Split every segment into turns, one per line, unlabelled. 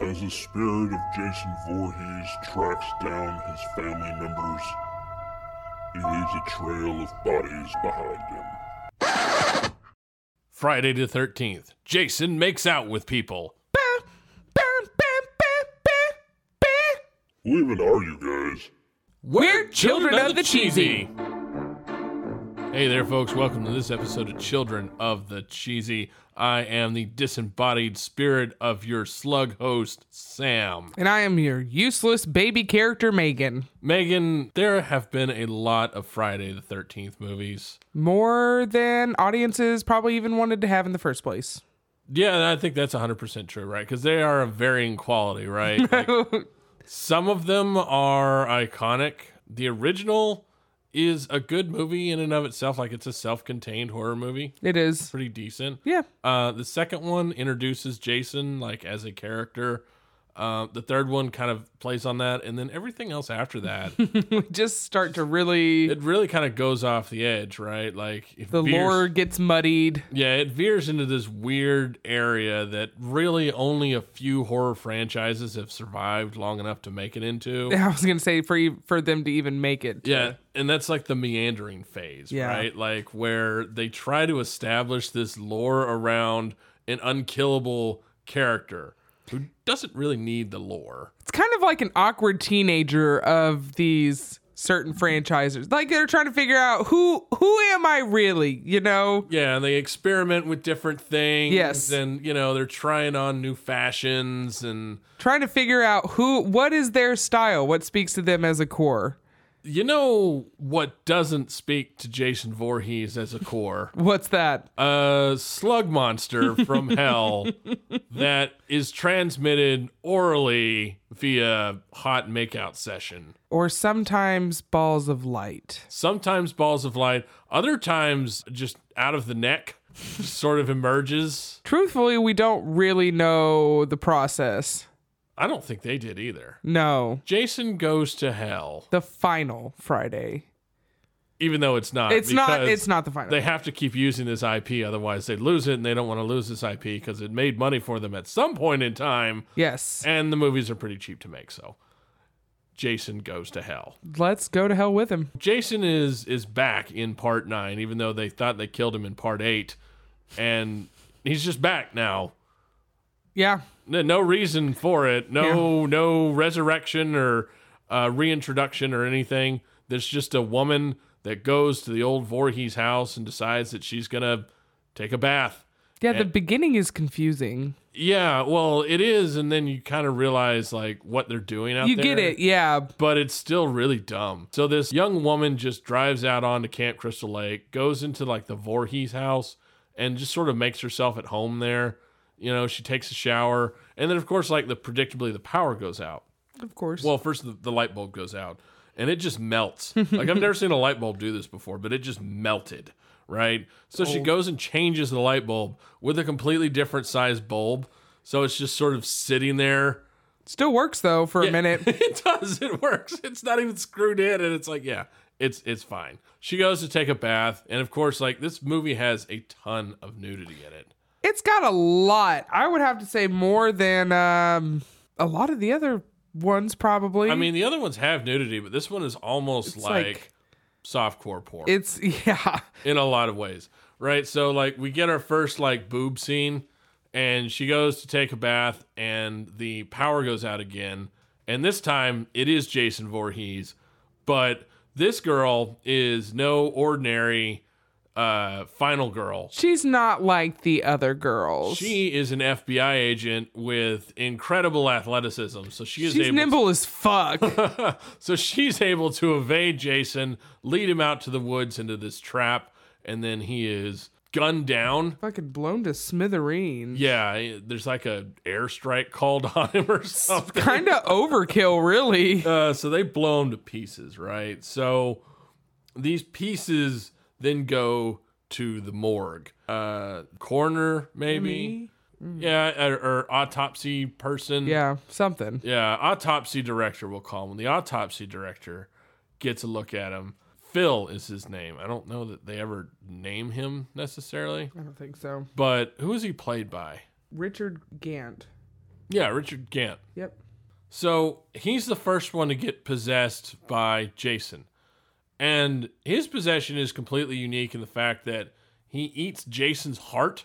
as the spirit of Jason Voorhees tracks down his family members, he leaves a trail of bodies behind him.
Friday the 13th. Jason makes out with people.
Who even are you guys?
We're Children of the Cheesy. Hey there, folks. Welcome to this episode of Children of the Cheesy. I am the disembodied spirit of your slug host, Sam.
And I am your useless baby character, Megan.
Megan, there have been a lot of Friday the 13th movies.
More than audiences probably even wanted to have in the first place.
Yeah, and I think that's 100% true, right? Because they are of varying quality, right? Like, some of them are iconic. The original is a good movie in and of itself. Like, it's a self contained horror movie,
It is.
pretty decent.
Yeah.
Uh, the second one introduces Jason, like, as a character. Uh, the third one kind of plays on that. And then everything else after that,
We just start to really.
it really kind of goes off the edge, right? Like, it
the
veers-
lore gets muddied.
Yeah, it veers into this weird area that really only a few horror franchises have survived long enough to make it into.
I was going to say for e- for them to even make it.
Yeah, and that's like the meandering phase,
Yeah.
right? Like where they try to establish this lore around an unkillable character who doesn't really need the lore.
It's kind of like an awkward teenager of these certain franchises. Like they're trying to figure out who who am I really, you know?
Yeah, and they experiment with different things.
Yes.
And, you know, they're trying on new fashions and
Trying to figure out who what is their style, what speaks to them as a core.
you know what doesn't speak to Jason Voorhees as a core?
What's that?
a slug monster from hell that is transmitted orally via hot makeout session.
or sometimes balls of light.
Sometimes balls of light, other times just out of the neck, sort of emerges.
Truthfully, we don't really know the process.
I don't think they did either.
No,
Jason goes to hell,
the final Friday.
even though it's not.
It's not.
Uh, because
It's not the final.
They have to keep using this IP, otherwise they lose it, and they don't want to lose this IP because it made money for them at some point in time.
yes.
and the movies are pretty cheap to make so jason goes to hell
Let's go to hell with him.
jason is is back in part nine even though they thought they killed him in part eight and he's just back now
Yeah.
N- no reason for it no no resurrection or uh, reintroduction or anything there's just a woman that goes to the old Voorhees house and decides that she's gonna take a bath
Yeah. The beginning is confusing.
yeah well it is and then you kind of realize like what they're doing out
You
there
get it. Yeah.
but it's still really dumb. So this young woman just drives out onto Camp Crystal Lake, goes into like the Voorhees house, and just sort of makes herself at home there. You know, she takes a shower, and then of course, like the predictably, the power goes out.
Of course.
Well, first the, the light bulb goes out, and it just melts. like I've never seen a light bulb do this before, but it just melted. Right, so she goes and changes the light bulb with a completely different size bulb. So it's just sort of sitting there
Still works though for a minute.
it does. It works. It's not even screwed in, and it's like, yeah, it's it's fine. She goes to take a bath, and of course, like this movie has a ton of nudity in it.
It's got a lot. I would have to say more than um, a lot of the other ones probably.
I mean, the other ones have nudity, but this one is almost like,
like-
softcore porn
it's yeah.
in a lot of ways, right? So like we get our first like boob scene, and she goes to take a bath, and the power goes out again, and this time it is Jason Voorhees, but this girl is no ordinary uh, final girl.
She's not like the other girls.
She is an FBI agent with incredible athleticism, so she is
She's
able.
nimble as fuck.
so she's able to evade Jason, lead him out to the woods into this trap, and then he is gunned down.
fucking blown to smithereens.
Yeah, eh, there's like a airstrike called on him or something.
Kind of overkill, really.
Uh, so they blow him to pieces, right? So these pieces then go to the morgue, uh, coroner maybe, yeah, or, or autopsy person,
Yeah, something.
yeah, autopsy director we'll call him. The autopsy director gets a look at him. Phil is his name. I don't know that they ever name him necessarily,
I don't think so.
but who is he played by?
Richard Gant.
Yeah, Richard Gant.
Yep.
So he's the first one to get possessed by Jason. And his possession is completely unique in the fact that he eats Jason's heart.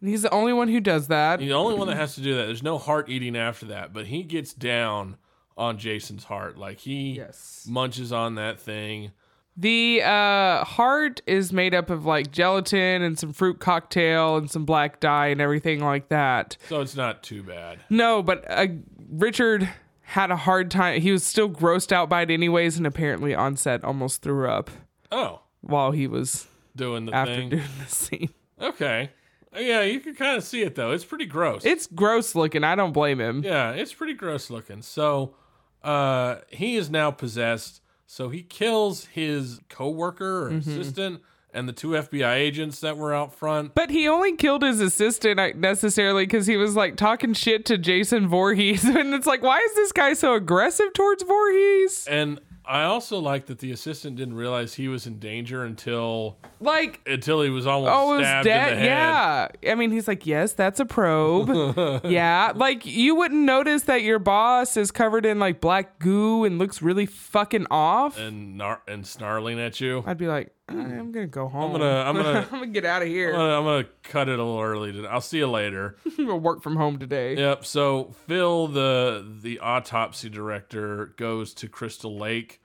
And he's the only one who does that.
He's the only one that has to do that. There's no heart eating after that, but he gets down on Jason's heart. Like he
Yes.
munches on that thing.
The uh, heart is made up of like gelatin and some fruit cocktail and some black dye and everything like that.
So it's not too bad.
No, but uh, Richard had a hard time. He was still grossed out by it, anyways, and apparently on set almost threw up
Oh,
while he was
doing the
after
thing.
doing the scene.
Okay. Yeah, you can kind of see it though. It's pretty gross.
It's gross looking. I don't blame him.
Yeah, it's pretty gross looking. So, uh, he is now possessed. So he kills his coworker or
Mm-hmm.
assistant and the two FBI agents that were out front.
But he only killed his assistant like, necessarily because he was like talking shit to Jason Voorhees. And it's like, why is this guy so aggressive towards Voorhees?
And I also like that the assistant didn't realize he was in danger until
Like,
until he was almost
oh, his
stabbed in the
dad.
head.
Yeah. I mean, he's like, yes, that's a probe. yeah. Like, you wouldn't notice that your boss is covered in like black goo and looks really fucking off.
And gnar- and snarling at you.
I'd be like, "Uh, I'm going to go home.
I'm gonna I'm gonna
I'm gonna get out of here.
I'm gonna, I'm gonna cut it a little early. Today. I'll see you later.
I'm gonna work from home today.
Yep. So Phil, the the autopsy director, goes to Crystal Lake,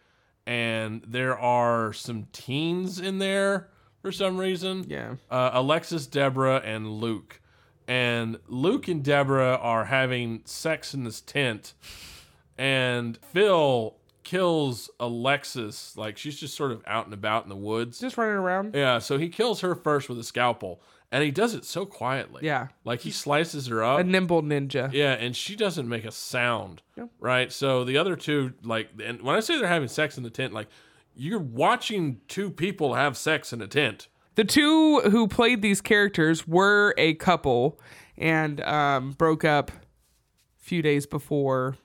and there are some teens in there for some reason.
Yeah.
Uh, Alexis, Deborah, and Luke, and Luke and Deborah are having sex in this tent, and Phil kills Alexis. Like she's just sort of out and about in the woods.
Just running around.
Yeah. So he kills her first with a scalpel, and he does it so quietly.
Yeah.
Like he slices her up.
A nimble ninja.
Yeah, and she doesn't make a sound.
Yep.
Right? So the other two, like, and when I say they're having sex in the tent, like, you're watching two people have sex in a tent.
The two who played these characters were a couple and um, broke up a few days before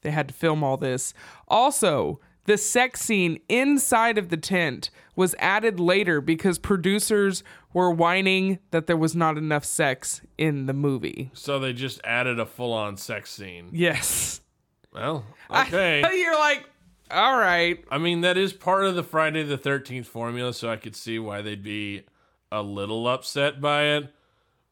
they had to film all this. Also, the sex scene inside of the tent was added later because producers were whining that there was not enough sex in the movie.
So they just added a full on sex scene.
Yes.
Well, okay. I,
You're like, all right.
mean, that is part of the Friday the 13th formula, so I could see why they'd be a little upset by it.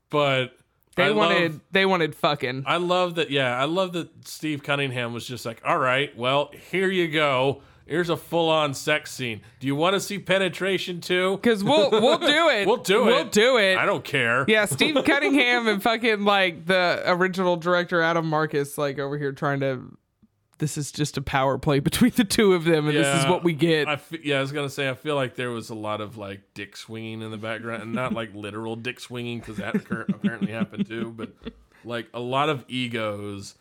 But
They
I
wanted
Love,
they wanted fucking.
I love that. Yeah, I love that Steve Cunningham was just like, all right, well, here you go. Here's a full on sex scene. Do you want to see penetration too?
Cuz we'll we'll do it.
We'll do it.
We'll do it.
I don't care.
Yeah, Steve Cunningham and fucking like the original director Adam Marcus, like over here trying to. This is just a power play between the two of them, and this is
Yeah,
what we get.
I fe- yeah, I was gonna say I feel like there was a lot of like dick swinging in the background, and not like literal dick swinging because that occur- apparently happened too, but like a lot of egos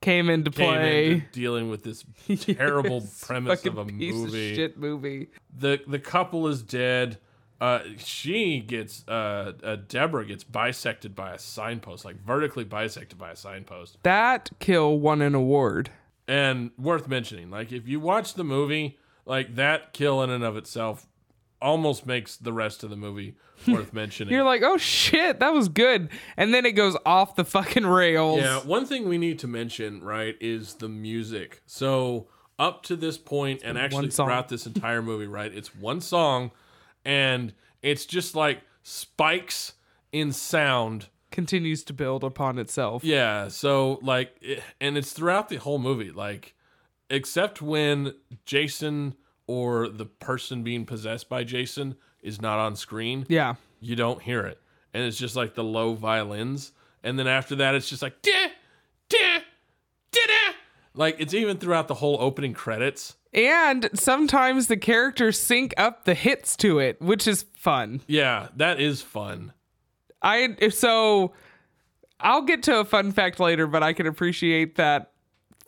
came into
came into
play.
dealing with this terrible premise
Fucking
of a
piece
movie.
of shit movie.
the the couple is dead. Uh, she gets uh, uh, Deborah gets bisected by a signpost, like vertically bisected by a signpost.
That kill won an award.
and worth mentioning like if you watch the movie like that kill in and of itself almost makes the rest of the movie worth mentioning
You're like, oh shit, that was good, and then it goes off the fucking rails.
yeah one thing we need to mention right is the music so up to this point and actually
one song.
throughout this entire movie right it's one song and it's just like spikes in sound
Continues to build upon itself.
Yeah, so like, it, and it's throughout the whole movie, like, except when Jason or the person being possessed by Jason is not on screen,
Yeah.
you don't hear it, and it's just like the low violins, and then after that, it's just like da da da da, like it's even throughout the whole opening credits.
And sometimes the characters sync up the hits to it, which is fun.
Yeah, that is fun.
I if so I'll get to a fun fact later, but I can appreciate that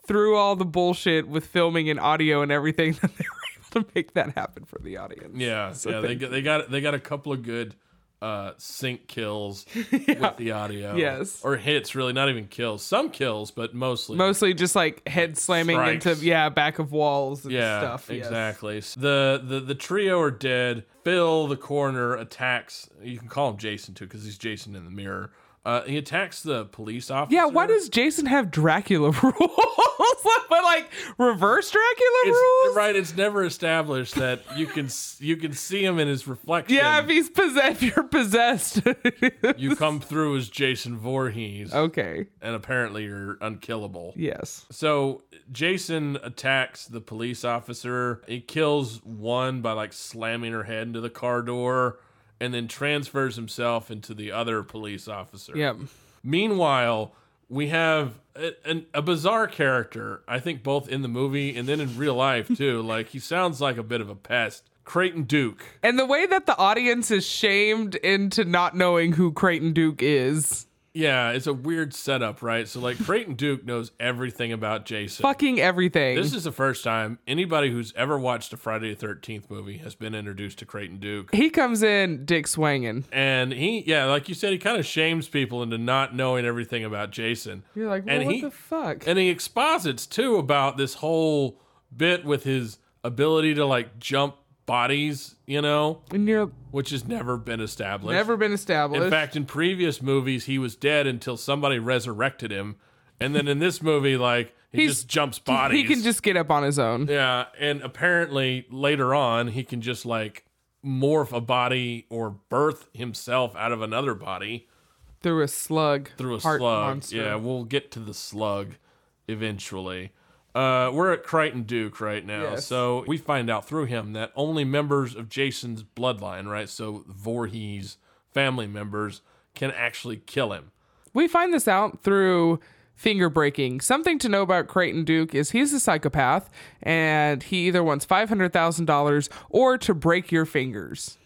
through all the bullshit with filming and audio and everything that they were able to make that happen for the audience.
Yeah, yeah, they got, they got they got a couple of good uh sync kills with the audio.
Yes.
Or hits really, not even kills. Some kills, but mostly.
Mostly just like head slamming
Strikes.
into yeah, back of walls and
yeah,
stuff. yes.
exactly. The, the the trio are dead. Phil, the coroner, attacks. You can call him Jason too, because he's Jason in the mirror. Uh, he attacks the police officer.
Yeah, why does Jason have Dracula rules? but like reverse Dracula rules?
it's, right? It's never established that you can s- you can see him in his reflection.
Yeah, if he's possessed, if you're possessed.
you come through as Jason Voorhees,
okay.
and apparently you're unkillable.
Yes.
So Jason attacks the police officer. He kills one by like slamming her head into the car door and then transfers himself into the other police officer.
Yep.
Meanwhile, we have a, an, a bizarre character, I think both in the movie and then in real life too. like he sounds like a bit of a pest. Creighton Duke.
And the way that the audience is shamed into not knowing who Creighton Duke is.
Yeah, it's a weird setup, right? So like Creighton Duke knows everything about Jason.
Fucking everything.
This is the first time anybody who's ever watched a Friday the 13th movie has been introduced to Creighton Duke.
he comes in dick swinging.
And he, yeah, like you said, he kind of shames people into not knowing everything about Jason.
You're like, well,
And
what
he-
the fuck?
And he exposits too about this whole bit with his ability to like jump bodies, you know,
And you're
which has never been established.
never been established.
In fact, in previous movies, he was dead until somebody resurrected him. And then in this movie, like, he
He's-
just jumps bodies.
he can just get up on his own.
Yeah, and apparently later on he can just like morph a body or birth himself out of another body
through a slug
through a
heart
slug.
monster.
Yeah, we'll get to the slug eventually. Uh, we're at Crichton Duke right now,
Yes.
so we find out through him that only members of Jason's bloodline, right? So Voorhees family members can actually kill him.
We find this out through finger breaking. Something to know about Creighton Duke is he's a psychopath and he either wants $500,000 or to break your fingers.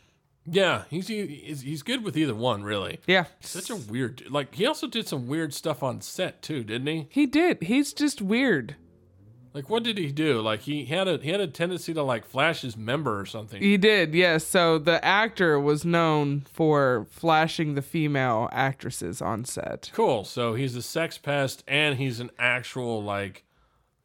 Yeah, he's he- he's he's good with either one, really.
Yeah.
Such a weird dude. like he also did some weird stuff on set too, didn't he?
He did. He's just weird.
Like what did he do? Like he had a he had a tendency to like flash his member or something.
He did, yes. So the actor was known for flashing the female actresses on set.
Cool. So he's a sex pest and he's an actual like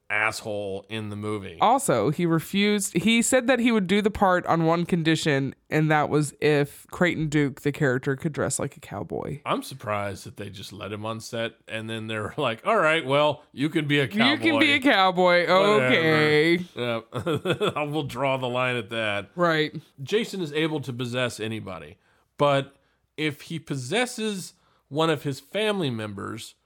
asshole in the movie.
Also, he refused. He said that he would do the part on one condition, and that was if Creighton Duke, the character, could dress like a cowboy.
I'm surprised that they just let him on set and then they're like, "All right, well, you can be a cowboy."
You can be a cowboy. Okay.
Yeah. I will draw the line at that.
Right.
Jason is able to possess anybody, but if he possesses one of his family members,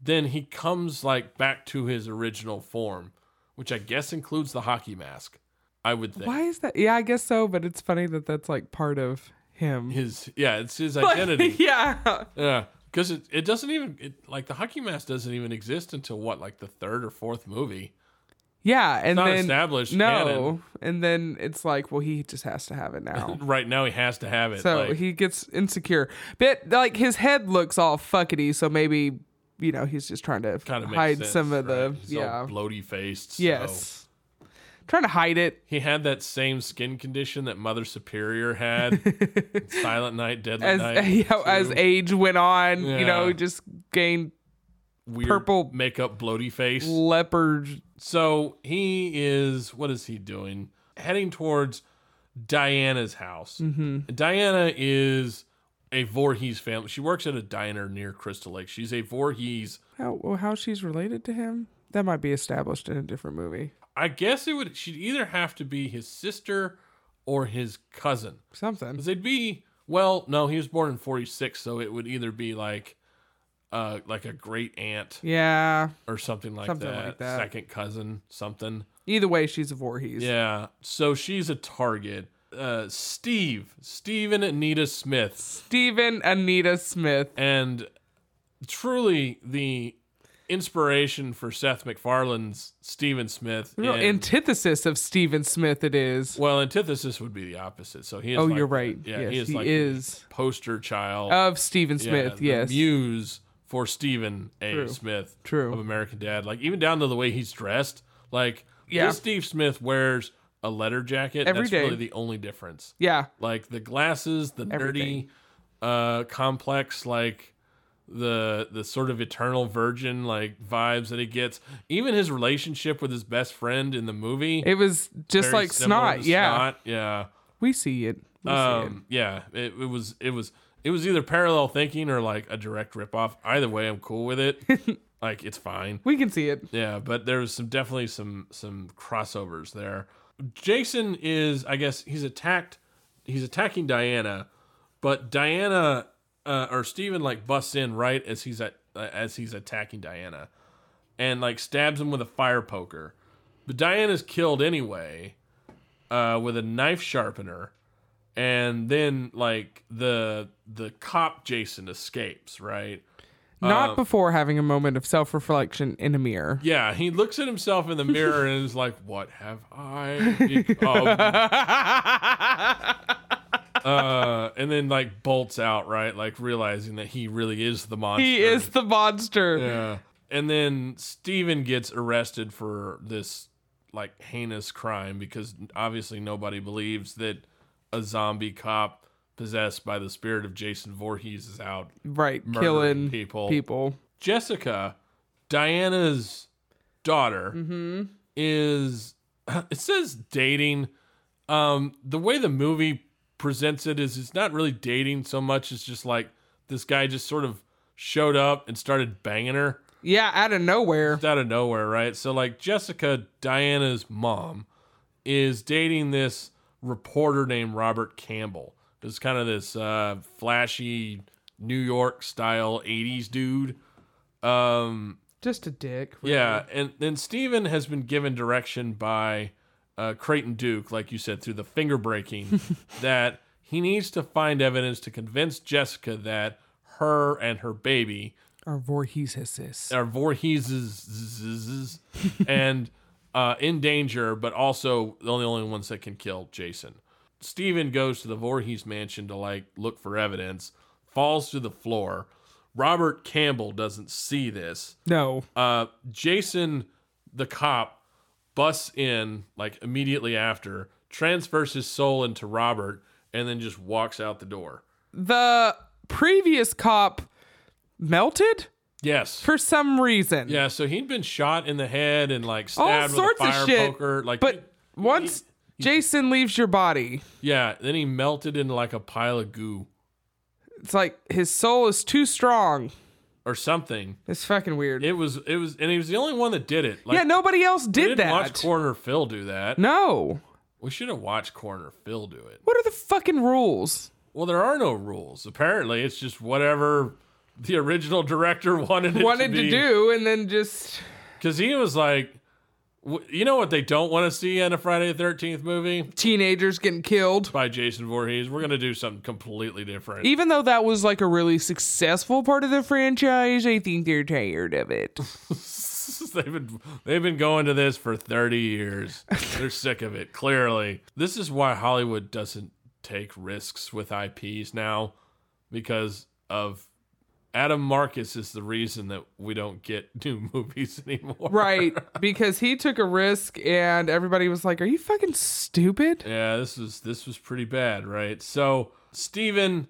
then he comes like back to his original form, which I guess includes the hockey mask. I would think
Why is that? Yeah, I guess so, but it's funny that that's like part of him.
his yeah, it's his
Like,
identity.
yeah.
yeah, because it, it doesn't even it, like the hockey mask doesn't even exist until what like the third or fourth movie.
Yeah, and
not
then
established
No.
canon.
And then it's like, well, he just has to have it now.
Right now he has to have it.
Oh. So
like-
he gets insecure. But like his head looks all fuckety, so maybe you know, he's just trying to
kind of makes
hide
sense,
some of the
right? He's all
yeah.
bloaty faced. so-
Yes. Trying to hide it.
He had that same skin condition that Mother Superior had. in Silent Night, Deadly
As
Night.
you know, as
too.
age went on, you know,
Yeah.
just gained
Weird
purple-
makeup, bloaty face.
leopard
So he is. What is he doing? Heading towards Diana's house.
Mm-hmm.
Diana is a Voorhees family. She works at a diner near Crystal Lake. She's a Voorhees.
How well, how she's related to him? That might be established in a different movie.
I guess it would. She'd either have to be his sister or his cousin.
Something.
Because they'd be well, no, he was born in forty six, so it would either be like uh like a great aunt
Yeah.
or something like,
Something
that,
like that.
Second cousin, something.
Either way, she's a Voorhees.
Yeah. So she's a target. Uh Steve. Steven Anita Smith.
Stephen Anita Smith.
And truly the inspiration for Seth MacFarlane's Steven Smith.
Real
in-
antithesis of Stephen Smith. It is.
well, antithesis would be the opposite. So he is
Oh,
like
you're
the-
right.
Yeah,
yes,
he is like the
is
poster child
of Stephen
Yeah,
Smith.
the
yes.
muse for Stephen A. Smith,
True.
of American Dad. Like even down to the way he's dressed, like
Yeah.
this Steve Smith wears a leather jacket.
Every
That's
day.
really the only difference.
yeah.
Like the glasses, the
Everything.
nerdy, uh, complex, like the the sort of eternal virgin like vibes that he gets. Even his relationship with his best friend in the movie,
It was just
very
like
similar
snot.
to
Yeah.
Snot, yeah.
We see it. We see it.
Um, yeah, Um, it, it was it was It was either parallel thinking or like a direct ripoff. Either way, I'm cool with it. like it's fine.
We can see it.
Yeah, but there was some definitely some some crossovers there. Jason is, I guess, he's attacked. He's attacking Diana, but Diana uh, or Steven like busts in right as he's at uh, as he's attacking Diana, and like stabs him with a fire poker. But Diana's killed anyway, uh, with a knife sharpener, and then like the the cop Jason escapes right.
Not before having a moment of self reflection in a mirror.
um, Yeah, he looks at himself in the mirror and is like, "What have I?" Oh, become?" uh, and then like bolts out, right? Like realizing that he really is the monster.
He is the monster.
Yeah. And then Steven gets arrested for this like heinous crime because obviously nobody believes that a zombie cop possessed by the spirit of Jason Voorhees is out
Right.
Murdering
Killing
people.
people.
Jessica, Diana's daughter, is it says dating. Um, the way the movie presents it is it's not really dating so much. It's just like this guy just sort of showed up and started banging her
Yeah, out of nowhere.
out of nowhere, right? So like Jessica, Diana's mom, is dating this reporter named Robert Campbell. It's kind of this uh, flashy New York style '80s dude. Um,
Just a dick. really.
yeah, and then Steven has been given direction by uh, Creighton Duke, like you said, through the finger breaking, that he needs to find evidence to convince Jessica that her and her baby
Or Voorhees his sis.
are Voorheeses and uh, in danger, but also the only, only ones that can kill Jason. Steven goes to the Voorhees mansion to like look for evidence, falls to the floor. Robert Campbell doesn't see this.
No.
Uh, Jason, the cop, busts in like immediately after, transfers his soul into Robert, and then just walks out the door.
The previous cop melted
Yes.
for some reason.
Yeah, so he'd been shot in the head and like
All
stabbed
sorts
with a
of
fire
shit.
poker. Like,
but once Jason leaves your body,
yeah, then he melted into like a pile of goo
it's like his soul is too strong.
or something.
It's fucking weird.
It was, it was, and he was the only one that did it. Like,
yeah, nobody else
we
did
didn't watch
that.
Corner Phil do that.
No.
We should have watched Corner Phil do it.
What are the fucking rules?
Well, there are no rules. Apparently, it's just whatever the original director wanted it
Wanted
to,
to
be.
do, and then just
because he was like, w- you know what they don't want to see in a Friday the Thirteenth movie
teenagers getting killed.
by Jason Voorhees. We're gonna do something completely different.
Even though that was like a really successful part of the franchise, I think they're tired of it.
they've been they've been going to this for 30 years. They're sick of it, clearly. This is why Hollywood doesn't take risks with IPs now because of Adam Marcus is the reason that we don't get new movies anymore.
right. Because he took a risk and everybody was like, Are you fucking stupid?
Yeah, this was this was pretty bad, right? So Steven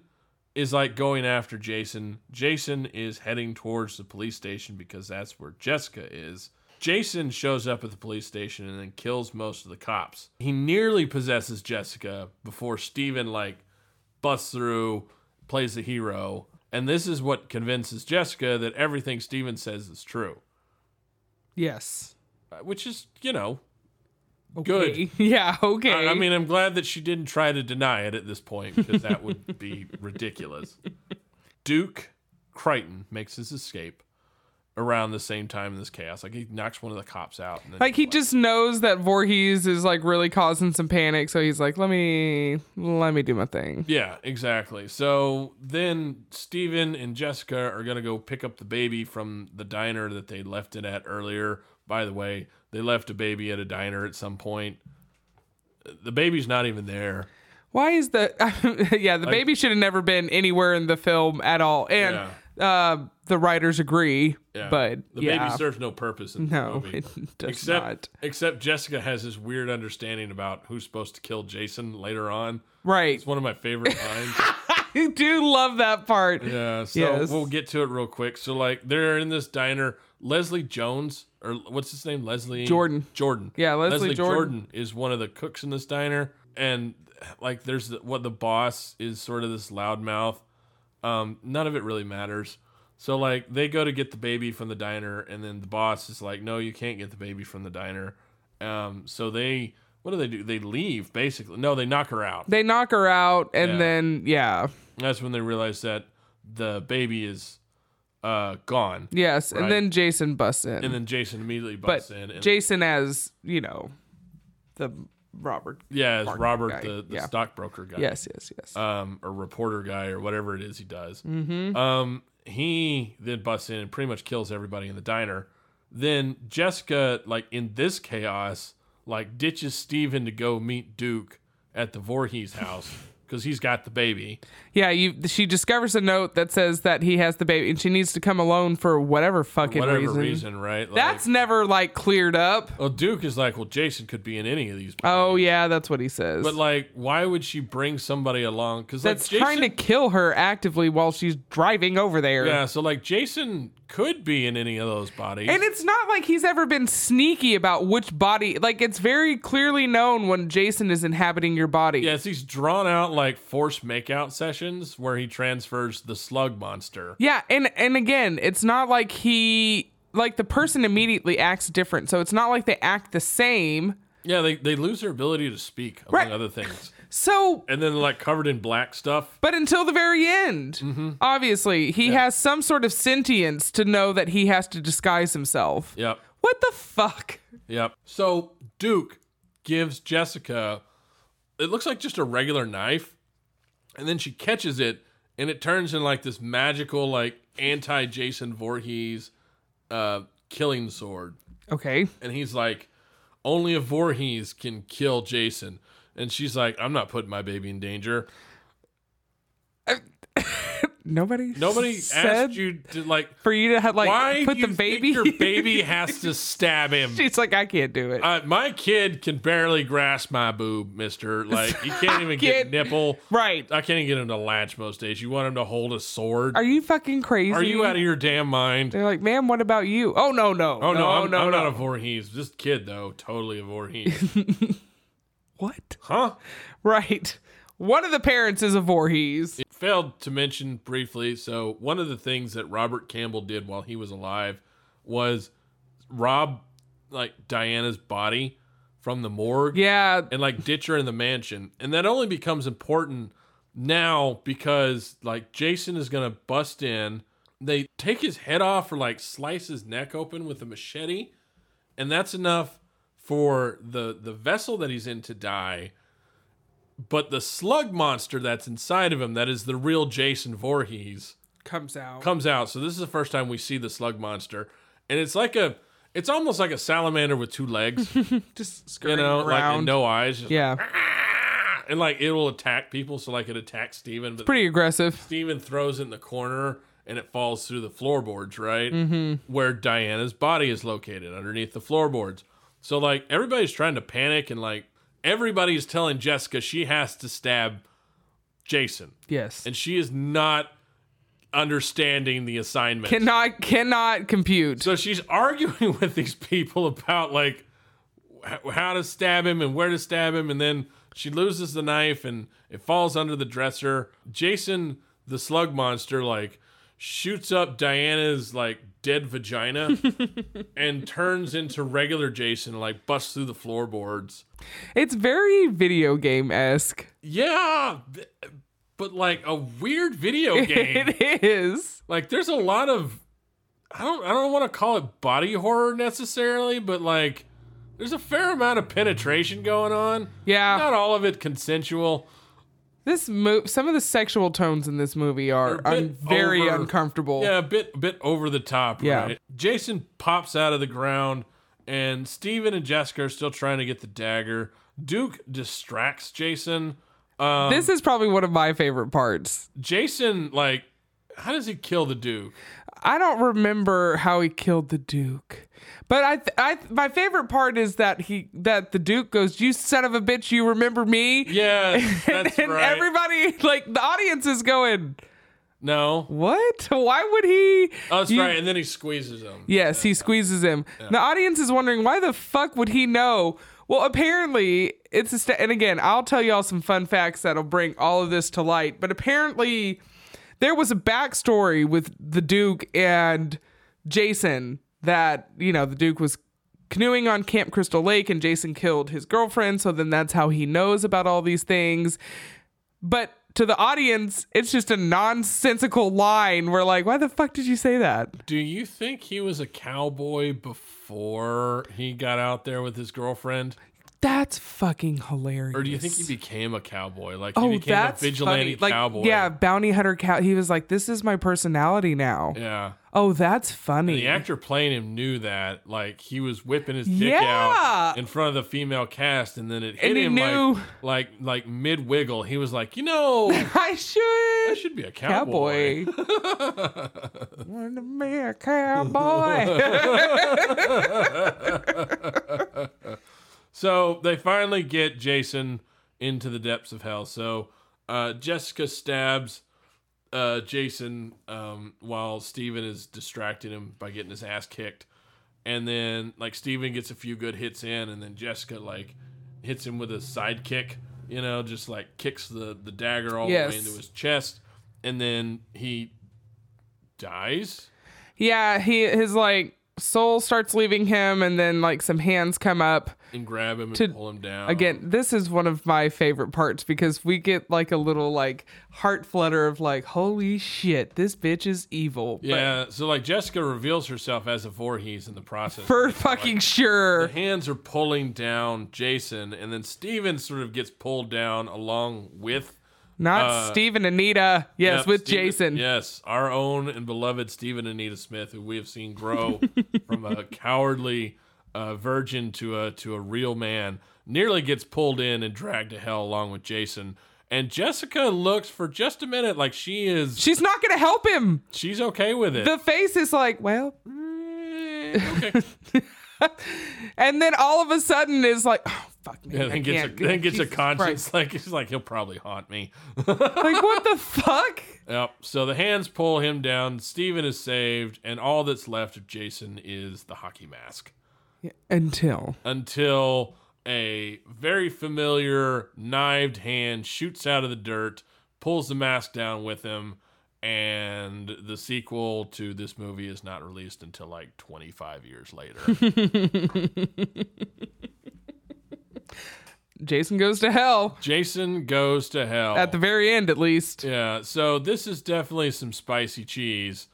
is like going after Jason. Jason is heading towards the police station because that's where Jessica is. Jason shows up at the police station and then kills most of the cops. He nearly possesses Jessica before Steven like busts through, plays the hero, and this is what convinces Jessica that everything Steven says is true.
Yes.
Uh, Which is, you know,
Okay. Yeah, okay.
I, I mean, I'm glad that she didn't try to deny it at this point because that would be ridiculous. Duke Crichton makes his escape around the same time in this chaos. Like he knocks one of the cops out. And then
like he just knows that Voorhees is like really causing some panic, so he's like, Let me let me do my thing.
Yeah, exactly. So then Steven and Jessica are going to go pick up the baby from the diner that they left it at earlier. By the way, they left a baby at a diner at some point. The baby's not even there.
Why is the yeah, the baby should have never been anywhere in the film at all. And uh the writers agree.
Yeah.
But
the
yeah.
baby serves no purpose in the
no,
movie.
it does
except
not.
except Jessica has this weird understanding about who's supposed to kill Jason later on.
Right.
It's one of my favorite lines.
I do love that part.
yeah, so
Yes.
we'll get to it real quick. So like they're in this diner. Leslie Jones or what's his name? Leslie
Jordan.
Jordan.
Yeah, Leslie Jordan.
is one of the cooks in this diner, and like there's the, what the boss is sort of this loudmouth Um, none of it really matters. So like they go to get the baby from the diner, and then the boss is like, "No, you can't get the baby from the diner." Um, so they what do they do? They leave basically. No, they knock her out.
They knock her out, and
Yeah.
then yeah,
That's when they realize that the baby is uh, gone,
yes,
Right.
and then Jason busts in,
and then Jason immediately
but
busts in. And,
Jason as you know, the Robert.
yeah, it's Robert,
guy,
the, the
yeah.
stockbroker guy.
Yes, yes, yes.
um, or reporter guy or whatever it is he does. Mm-hmm. Um, he then busts in and pretty much kills everybody in the diner. Then Jessica, like in this chaos, like ditches Steven to go meet Duke at the Voorhees house because he's got the baby.
yeah, you. She discovers a note that says that he has the baby, and she needs to come alone for whatever fucking
Whatever
reason.
reason, right? Like,
That's never like cleared up.
well, Duke is like, well, Jason could be in any of these.
Oh yeah, that's what he says.
But like, why would she bring somebody along? Because
that's
like,
trying to kill her actively while she's driving over there.
Yeah, so like Jason could be in any of those bodies.
And it's not like he's ever been sneaky about which body. Like it's very clearly known when Jason is inhabiting your body.
Yeah, it's these drawn out like forced makeout sessions where he transfers the slug monster.
Yeah, and and again, it's not like he like the person immediately acts different. So it's not like they act the same.
Yeah, they, they lose their ability to speak, among
Right.
other things.
So
And then like covered in black stuff.
but until the very end,
Mm-hmm.
obviously, he has some sort of sentience to know that he has to disguise himself.
Yep.
What the fuck?
Yep. So Duke gives Jessica it looks like just a regular knife. And then she catches it and it turns into like this magical like anti Jason Voorhees uh killing sword.
Okay.
and he's like, "Only a Voorhees can kill Jason." And she's like, "I'm not putting my baby in danger.
Nobody
Nobody
said
asked you to like.
for you to have like
why
put
do
the
you
baby
Think your baby has to stab him.
She's like, I can't do it.
Uh, my kid can barely grasp my boob, Mister. Like he can't even get
Kid.
nipple.
right.
I can't even get him to latch most days. You want him to hold a sword?
Are you fucking crazy?
Are you out of your damn mind?
They're like, ma'am, what about you? Oh no, no.
Oh no, I'm,
no,
I'm
no.
not a Voorhees. This kid though, totally a Voorhees.
what?
huh?
Right. One of the parents is a Voorhees.
failed to mention briefly. So, one of the things that Robert Campbell did while he was alive was rob like Diana's body from the morgue
Yeah.
and like ditch her in the mansion. And that only becomes important now because like Jason is going to bust in. They take his head off or like slice his neck open with a machete. And that's enough for the the vessel that he's in to die. But the slug monster that's inside of him, that is the real Jason Voorhees,
Comes out.
comes out. So this is the first time we see the slug monster. And it's like a it's almost like a salamander with two legs,
Just
you
scurrying
know, like
around.
and no eyes. just
yeah.
and like it will attack people. So like it attacks Steven, but
Pretty aggressive.
Steven throws it in the corner and it falls through the floorboards, right? Mm-hmm. Where Diana's body is located underneath the floorboards. So like everybody's trying to panic and like everybody's telling Jessica she has to stab Jason,
Yes.
and she is not understanding the assignment.
Cannot cannot compute.
So she's arguing with these people about like wh- how to stab him and where to stab him, and then she loses the knife and it falls under the dresser. Jason, the slug monster, like shoots up Diana's like dead vagina and turns into regular Jason, like busts through the floorboards.
It's very video game esque.
Yeah, th- but like a weird video game.
It is.
like there's a lot of I don't I don't want to call it body horror necessarily, but like there's a fair amount of penetration going on.
Yeah.
Not all of it consensual.
This mo- some of the sexual tones in this movie are
They're a bit
un- very
over-
uncomfortable.
Yeah, a bit a bit over the top,
Yeah.
right? Jason pops out of the ground and Steven and Jessica are still trying to get the dagger. Duke distracts Jason. Um,
This is probably one of my favorite parts.
Jason like how does he kill the Duke?
I don't remember how he killed the Duke, but I, th- I, my favorite part is that he, that the Duke goes, "You son of a bitch, you remember me?"
Yeah,
and,
that's
and
right.
everybody, like the audience, is going,
no,
"What? Why would he?"
oh, that's
You-
right. And then he squeezes him.
Yes, he squeezes him. The audience is wondering why the fuck would he know? Well, apparently it's a sta- and again, I'll tell y'all some fun facts that'll bring all of this to light. But apparently, there was a backstory with the Duke and Jason that, you know, the Duke was canoeing on Camp Crystal Lake and Jason killed his girlfriend. So then that's how he knows about all these things. But to the audience, it's just a nonsensical line. We're like, why the fuck did you say that?
Do you think he was a cowboy before he got out there with his girlfriend?
That's fucking hilarious.
Or do you think he became a cowboy? Like
Oh,
he became
that's
a vigilante
funny. Like,
cowboy.
yeah, bounty hunter cow. He was like, "This is my personality now."
Yeah.
Oh, that's funny.
The actor playing him knew that. Like he was whipping his dick
Yeah.
out in front of the female cast and then it hit
And he
him
knew.
like like like mid wiggle. He was like, you know,
I
I
should
should be a cowboy.
cowboy. Want to be a cowboy?
So they finally get Jason into the depths of hell. So uh, Jessica stabs uh, Jason um, while Steven is distracting him by getting his ass kicked. And then, like, Steven gets a few good hits in, and then Jessica, like, hits him with a side kick, you know, just like kicks the, the dagger all the
Yes.
way into his chest. And then he dies.
yeah, he his like soul starts leaving him, and then like some hands come up.
And grab him and
To-
pull him down
Again, this is one of my favorite parts because we get like a little like heart flutter of like, holy shit, this bitch is evil. But
Yeah, so like Jessica reveals herself as a Voorhees in the process.
for fucking sure.
the hands are pulling down Jason, and then Steven sort of gets pulled down along with
Not
Uh,
Steve and Anita. Yes,
Yep,
with
Steven-
Jason.
Yes, our own and beloved Stephen Anita Smith, who we have seen grow from a cowardly uh, virgin to a to a real man, nearly gets pulled in and dragged to hell along with Jason. And Jessica looks for just a minute like she is
She's not going to help him.
she's okay with it.
The face is like, well,
Eh, okay.
and then all of a sudden is like, oh, fuck me.
And
I
then gets a,
can't.
then gets a
Jesus
conscience like he's like he'll probably haunt me.
Christ. like, what the fuck?
Yep. So the hands pull him down. Steven is saved, and all that's left of Jason is the hockey mask.
Until.
Until a very familiar knived hand shoots out of the dirt, pulls the mask down with him, and the sequel to this movie is not released until like 25 years later.
Jason goes to hell.
Jason goes to hell.
At the very end, at least.
Yeah, so this is definitely some spicy cheese.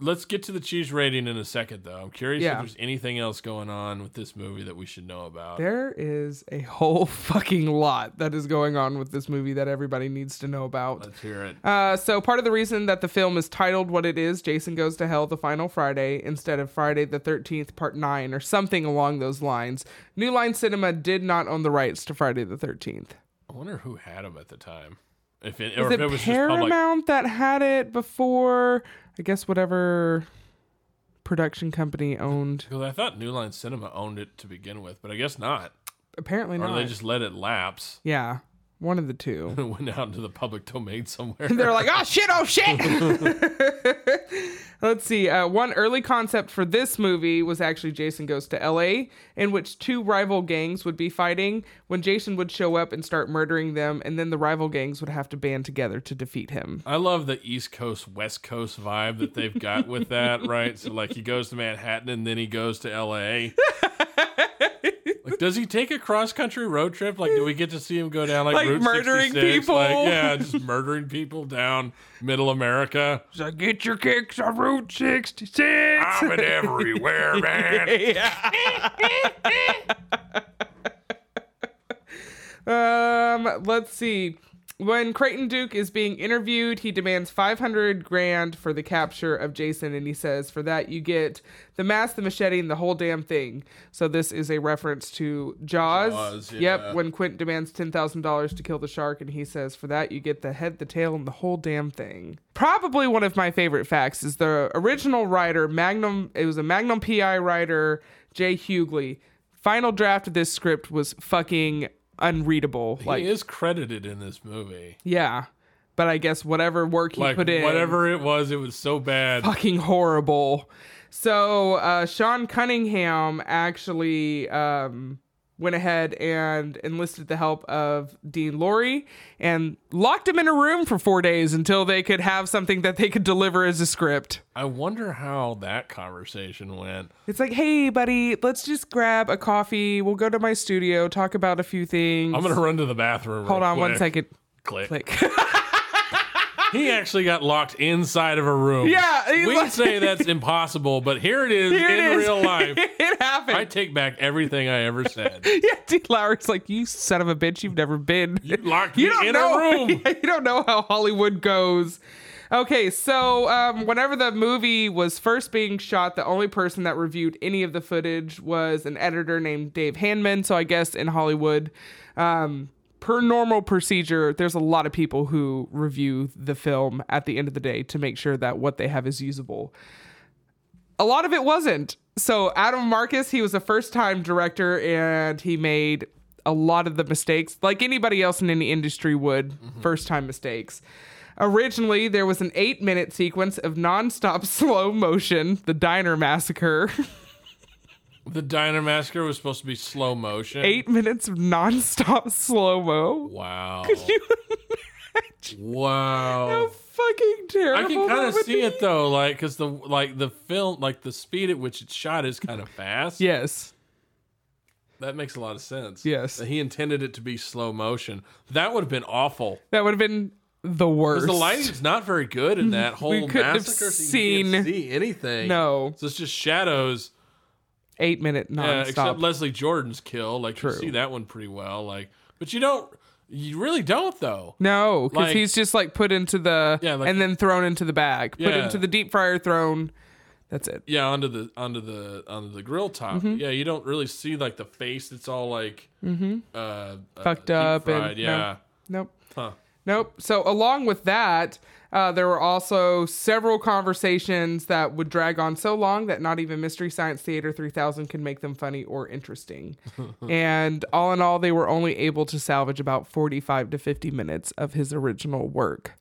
Let's get to the cheese rating in a second, though. I'm curious if
Yeah.
there's anything else going on with this movie that we should know about.
There is a whole fucking lot that is going on with this movie that everybody needs to know about.
Let's hear it.
Uh, so part of the reason that the film is titled what it is, Jason Goes to Hell the Final Friday, instead of Friday the 13th Part 9 or something along those lines, New Line Cinema did not own the rights to Friday the 13th.
I wonder who had him at the time. If it,
Is
or if it
it
was just public.
Paramount that had it before? I guess whatever production company owned.
Because I thought New Line Cinema owned it to begin with, but I guess not.
Apparently
Or
not.
they just let it lapse
yeah, one of the two.
and went out into the public domain somewhere.
They're like, oh shit, oh shit. Let's see. Uh, one early concept for this movie was actually Jason Goes to LA, in which two rival gangs would be fighting when Jason would show up and start murdering them, and then the rival gangs would have to band together to defeat him.
I love the East Coast West Coast vibe that they've got with that, right? So like he goes to Manhattan and then he goes to L.A. like, does he take a cross country road trip? Like, do we get to see him go down like,
Like
Route
murdering
66?
people?
Like, yeah, just murdering people down Middle America.
So get your kicks on Route 66.
I'm in everywhere, man.
Um, let's see. When Creighton Duke is being interviewed, he demands 500 grand for the capture of Jason, and he says, For that, you get the mask, the machete, and the whole damn thing. So, this is a reference to Jaws.
Jaws, yeah.
Yep, when Quint demands $10,000 to kill the shark, and he says, For that, you get the head, the tail, and the whole damn thing. Probably one of my favorite facts is the original writer, Magnum, it was a Magnum PI writer, Jay Hughley. Final draft of this script was fucking unreadable. Like,
he is credited in this movie.
yeah. But I guess whatever work he
Like,
put in,
whatever it was, it was so bad.
fucking horrible. So uh, Sean Cunningham actually um, went ahead and enlisted the help of Dean Laurie and locked him in a room for four days until they could have something that they could deliver as a script.
I wonder how that conversation went.
It's like, hey, buddy, let's just grab a coffee. We'll go to my studio, talk about a few things.
I'm gonna run to the bathroom.
Hold
real
on one
quick.
second.
Click.
Click.
He actually got locked inside of a room.
Yeah, he
we
like-
say that's impossible, but here it is
Here
in
it is.
real life.
it happened.
I take back everything I ever said.
yeah, Dean Lowry's like, you son of a bitch, you've never been.
You locked
You
me
don't
in
know.
a room.
Yeah, you don't know how Hollywood goes. Okay, so um, whenever the movie was first being shot, the only person that reviewed any of the footage was an editor named Dave Hanman. So I guess in Hollywood, um, per normal procedure, there's a lot of people who review the film at the end of the day to make sure that what they have is usable a lot of it wasn't. So Adam Marcus, he was a first-time director and he made a lot of the mistakes like anybody else in any industry would,
Mm-hmm.
first-time mistakes. Originally, there was an 8-minute sequence of non-stop slow motion, the diner massacre.
The Diner Massacre was supposed to be slow motion.
8 minutes of non-stop slow-mo.
Wow.
you How
wow.
fucking
I
terrible.
can kind
that
of
would
see
be.
it though, like because the like the film, like the speed at which it's shot is kind of fast.
Yes.
that makes a lot of sense.
Yes.
that he intended it to be slow motion. That would have been awful.
That would have been the worst.
Because the lighting's not very good in that whole
Mm-hmm. couldn't have
massacre. so you can't
seen-
see anything.
No.
so it's just shadows.
8-minute
Uh,
non-stop.
except Leslie Jordan's kill, like you see that one pretty well. Like, but you don't, you really don't though.
No, because
Like-
he's just like put into the
Yeah, like-
and then thrown into the bag, put
Yeah.
into the deep fryer, thrown. That's it.
Yeah, onto the onto the onto the grill top.
Mm-hmm.
Yeah, you don't really see like the face that's all like
Mm-hmm.
uh, uh,
Fucked
deep
up and-
fried.
no.
yeah,
Nope.
Huh.
Nope. So along with that, uh, there were also several conversations that would drag on so long that not even Mystery Science Theater 3000 can make them funny or interesting. and all in all, they were only able to salvage about 45 to 50 minutes of his original work.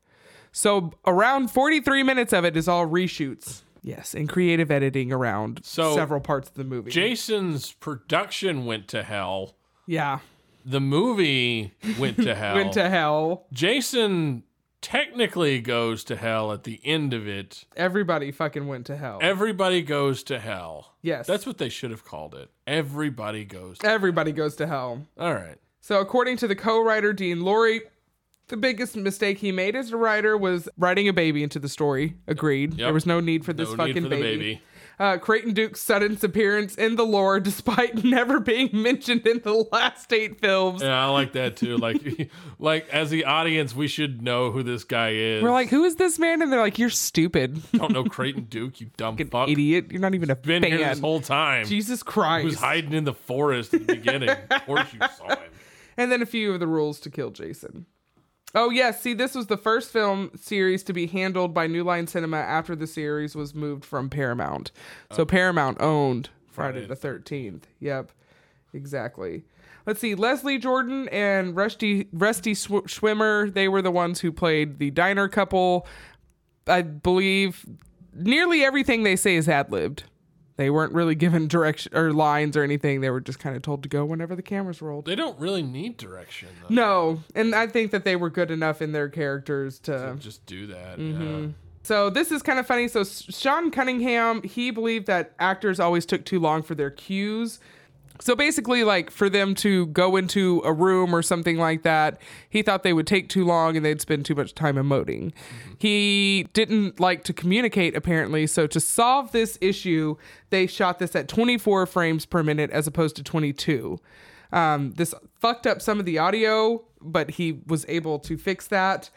So around 43 minutes of it is all reshoots. Yes, and creative editing around
So-
several parts of the movie.
Jason's production went to hell.
yeah,
The movie went to hell.
went to hell.
Jason technically goes to hell at the end of it.
Everybody fucking went to hell.
Everybody goes to hell.
yes,
That's what they should have called it. Everybody goes. To-
everybody goes to hell.
all right.
So, according to the co-writer Dean Laurie, the biggest mistake he made as a writer was writing a baby into the story. Agreed. There was no need for this
No
fucking
need for the
baby.
baby.
Uh, Creighton Duke's sudden appearance in the lore, despite never being mentioned in the last eight films.
Yeah, I like that too. Like, like as the audience, we should know who this guy is.
We're like, who is this man? And they're like, you're stupid,
don't know Creighton Duke, you dumb fuck.
idiot. You're not even a
Been here this
fan.
whole time. He
Jesus Christ.
was hiding in the forest at the beginning. of course, you saw him.
and then a few of the rules to kill Jason. Oh yes, see, this was the first film series to be handled by New Line Cinema after the series was moved from Paramount. So Paramount owned Friday the Thirteenth. Yep, exactly. Let's see, Leslie Jordan and Rusty Rusty Sw- Schwimmer. They were the ones who played the diner couple. I believe nearly everything they say is ad libbed. They weren't really given direction or lines or anything. They were just kind of told to go whenever the cameras rolled.
They don't really need direction. Though.
No, and I think that they were good enough in their characters to.
Just do that. Yeah.
So this is kind of funny. So S- Sean Cunningham, he believed that actors always took too long for their cues. So basically, like for them to go into a room or something like that, he thought they would take too long and they'd spend too much time emoting. He didn't like to communicate, apparently. So to solve this issue, they shot this at 24 frames per minute as opposed to 22. Um, this fucked up some of the audio, but he was able to fix that.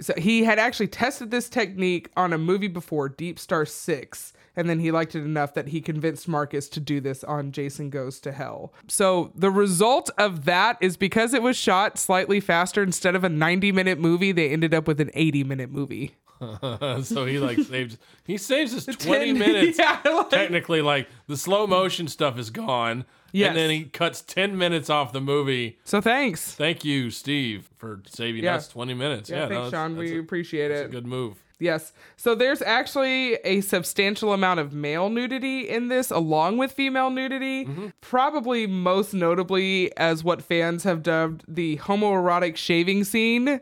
So he had actually tested this technique on a movie before, Deep Star Six, and then he liked it enough that he convinced Marcus to do this on Jason Goes to Hell. So the result of that is because it was shot slightly faster, instead of a 90 minute movie, they ended up with an 80 minute movie.
so he like saves. He saves us twenty minutes.
Mm-hmm. yeah, like-
Technically, like the slow motion stuff is gone.
Yes.
And then he cuts ten minutes off the movie.
so thanks.
Thank you, Steve, for saving
Yeah.
us twenty minutes.
Yeah,
Yeah, no,
thanks,
that's-
Sean.
that's
We
a-
appreciate
that's
it.
a good move.
Yes. So there's actually a substantial amount of male nudity in this, along with female nudity.
Mm-hmm.
Probably most notably as what fans have dubbed the homoerotic shaving scene,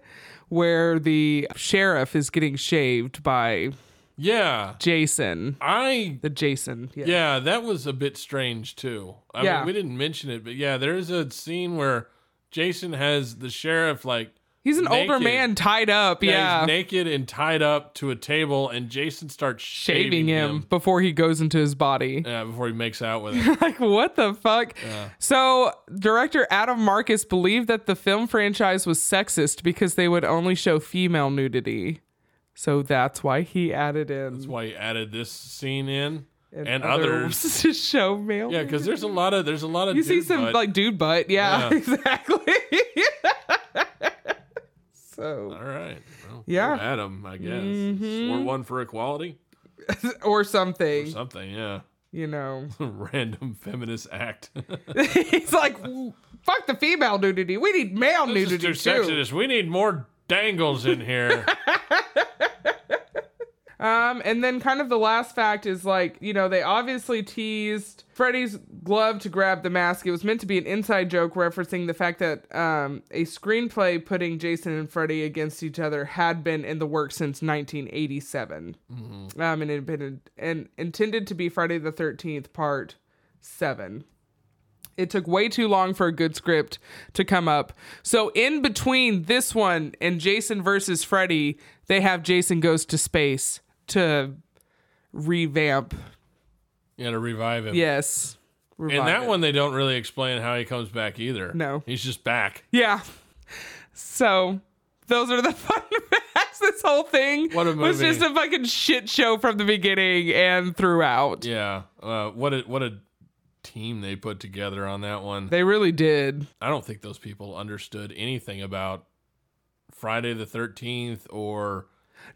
where the sheriff is getting shaved by
Yeah.
Jason.
I
The Jason. Yeah.
yeah, that was a bit strange too. I
Yeah.
mean, we didn't mention it, but yeah, there's a scene where Jason has the sheriff like
He's an older
Naked.
man tied up.
yeah,
Yeah.
he's naked and tied up to a table, and Jason starts shaving,
Shaving him, before he goes into his body.
uh, before he makes out with him.
like what the fuck so director adam marcus believed that the film franchise was sexist because they would only show female nudity so that's why he added
That's
in
why he added this scene in and, others.
others to show male
Yeah, because there's a lot of there's a lot of
you see
dude
some
butt.
like dude butt yeah,
Yeah.
exactly so
all right, well,
Yeah. Mm-hmm.
go Adam, I guess we're one for equality,
or something
something, yeah,
you know
random feminist act.
he's like fuck the female nudity we need male
This is
nudity
too
too
sexist. We need more dangles in here.
Um, and then kind of the last fact is like, you know, they obviously teased Freddy's glove to grab the mask. It was meant to be an inside joke referencing the fact that um, a screenplay putting Jason and Freddy against each other had been in the works since 1987. Um, and it had been and intended to be Friday the 13th, part seven. It took way too long for a good script to come up. So in between this one and Jason versus Freddy, they have Jason goes to space to revamp.
yeah, to revive him.
Yes. Revive
And that
it.
one, they don't really explain how he comes back either.
No.
He's just back.
Yeah. So those are the fun facts. This whole thing
What a
was
movie.
just a fucking shit show from the beginning and throughout.
Yeah. Uh, what a what a team they put together on that one.
They really did.
I don't think those people understood anything about Friday the Thirteenth or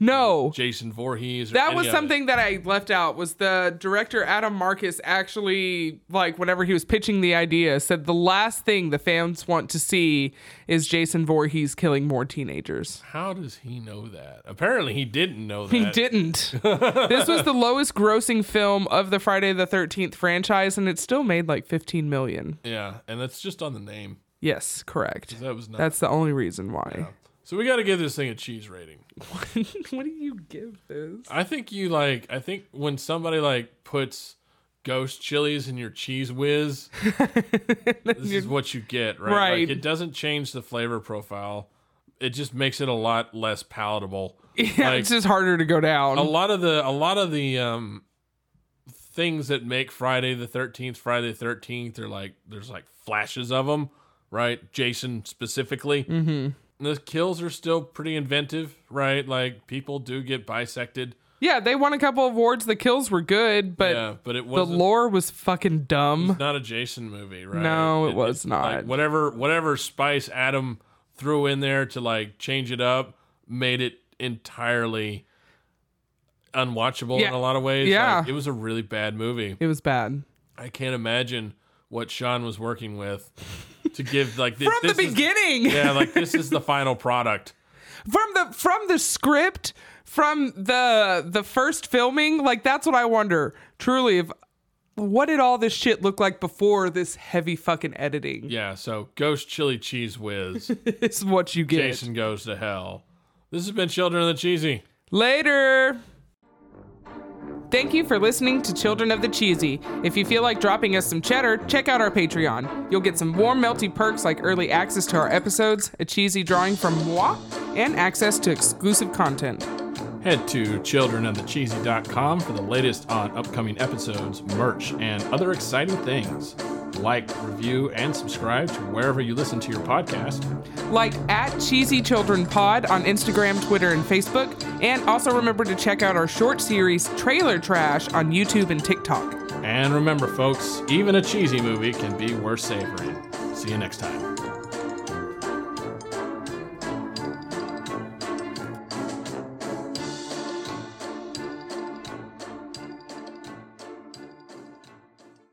No.
Jason Voorhees. Or
That
any
was
of it.
something that I left out was the director Adam Marcus actually like whenever he was pitching the idea said the last thing the fans want to see is Jason Voorhees killing more teenagers.
How does he know that? Apparently, he didn't know that.
He didn't. this was the lowest grossing film of the Friday the 13th franchise and it still made like 15 million.
Yeah, and that's just on the name.
Yes, correct.
That was not.
That's the only reason why.
so we got to give this thing a cheese rating.
what do you give this?
I think you like. I think when somebody like puts ghost chilies in your cheese whiz, this is what you get, right?
Right.
Like, it doesn't change the flavor profile. It just makes it a lot less palatable.
Yeah,
Like-
it's just harder to go down.
A lot of the a lot of the um things that make Friday the Thirteenth Friday the Thirteenth are like there's like flashes of them, right? Jason specifically. Mm-hmm. The kills are still pretty inventive, right? Like people do get bisected.
yeah, they won a couple of awards. The kills were good, but
yeah, but it
the
wasn't
lore was fucking dumb.
not a Jason movie, right?
No, it was not.
Like whatever whatever spice Adam threw in there to like change it up made it entirely unwatchable in
Yeah.
a lot of ways. Like,
Yeah.
it was a really bad movie.
It was bad.
I can't imagine what Sean was working with to give like thi-
From the
this is-
beginning.
yeah, like this is the final product.
From the from the script, from the the first filming, like that's what I wonder. Truly if what did all this shit look like before this heavy fucking editing?
Yeah, so Ghost Chili Cheese Whiz.
It's what you get.
Jason goes to hell. This has been Children of the Cheesy.
Later. Thank you for listening to Children of the Cheesy. If you feel like dropping us some cheddar, check out our Patreon. You'll get some warm, melty perks like early access to our episodes, a cheesy drawing from moi, and access to exclusive content.
Head to childrenofthecheesy.com for the latest on upcoming episodes, merch, and other exciting things. Like, review, and subscribe to wherever you listen to your podcast.
like at Cheesy Children Pod on Instagram, Twitter, and Facebook. And also remember to check out our short series Trailer Trash on YouTube and TikTok.
And remember, folks, even a cheesy movie can be worth savoring. See you next time.